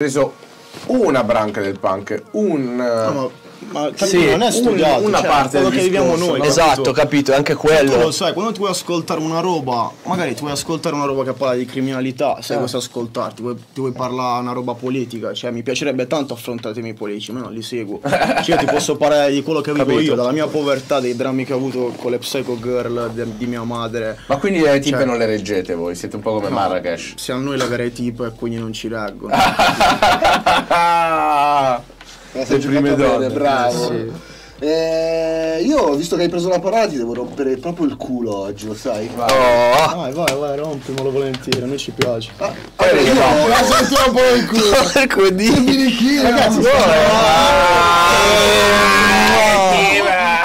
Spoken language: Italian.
preso una branca del punk, un... eh, No, ma, ma capito, Sì, non è un- studiato, una cioè, parte quello del che viviamo discorso, noi. no? capito? Esatto, capito, è anche Tu lo quello. sai, quando tu vuoi ascoltare una roba, magari tu vuoi ascoltare una roba che parla di criminalità, Eh. se vuoi ascoltarti, vuoi, ti vuoi parlare una roba politica, cioè mi piacerebbe tanto affrontare i temi politici, ma non li seguo. Cioè io ti posso parlare di quello che vivo Capito. io, dalla mia povertà, dei drammi che ho avuto con le psycho girl de- di mia madre. Ma quindi le tipe Cioè- non le reggete voi, siete un po' come Marrakesh. Se a noi la vera è tipo e quindi non ci reggo. Ah. Le prime donne. bravo. Eh, io, visto che hai preso la parola, ti devo rompere proprio il culo oggi, lo sai? Oh, Vai, vai, vai, rompimelo volentieri, a noi ci piace. Poi le Io no. volevo sentire un po' il culo. porco di... Minichino. Ah, eh,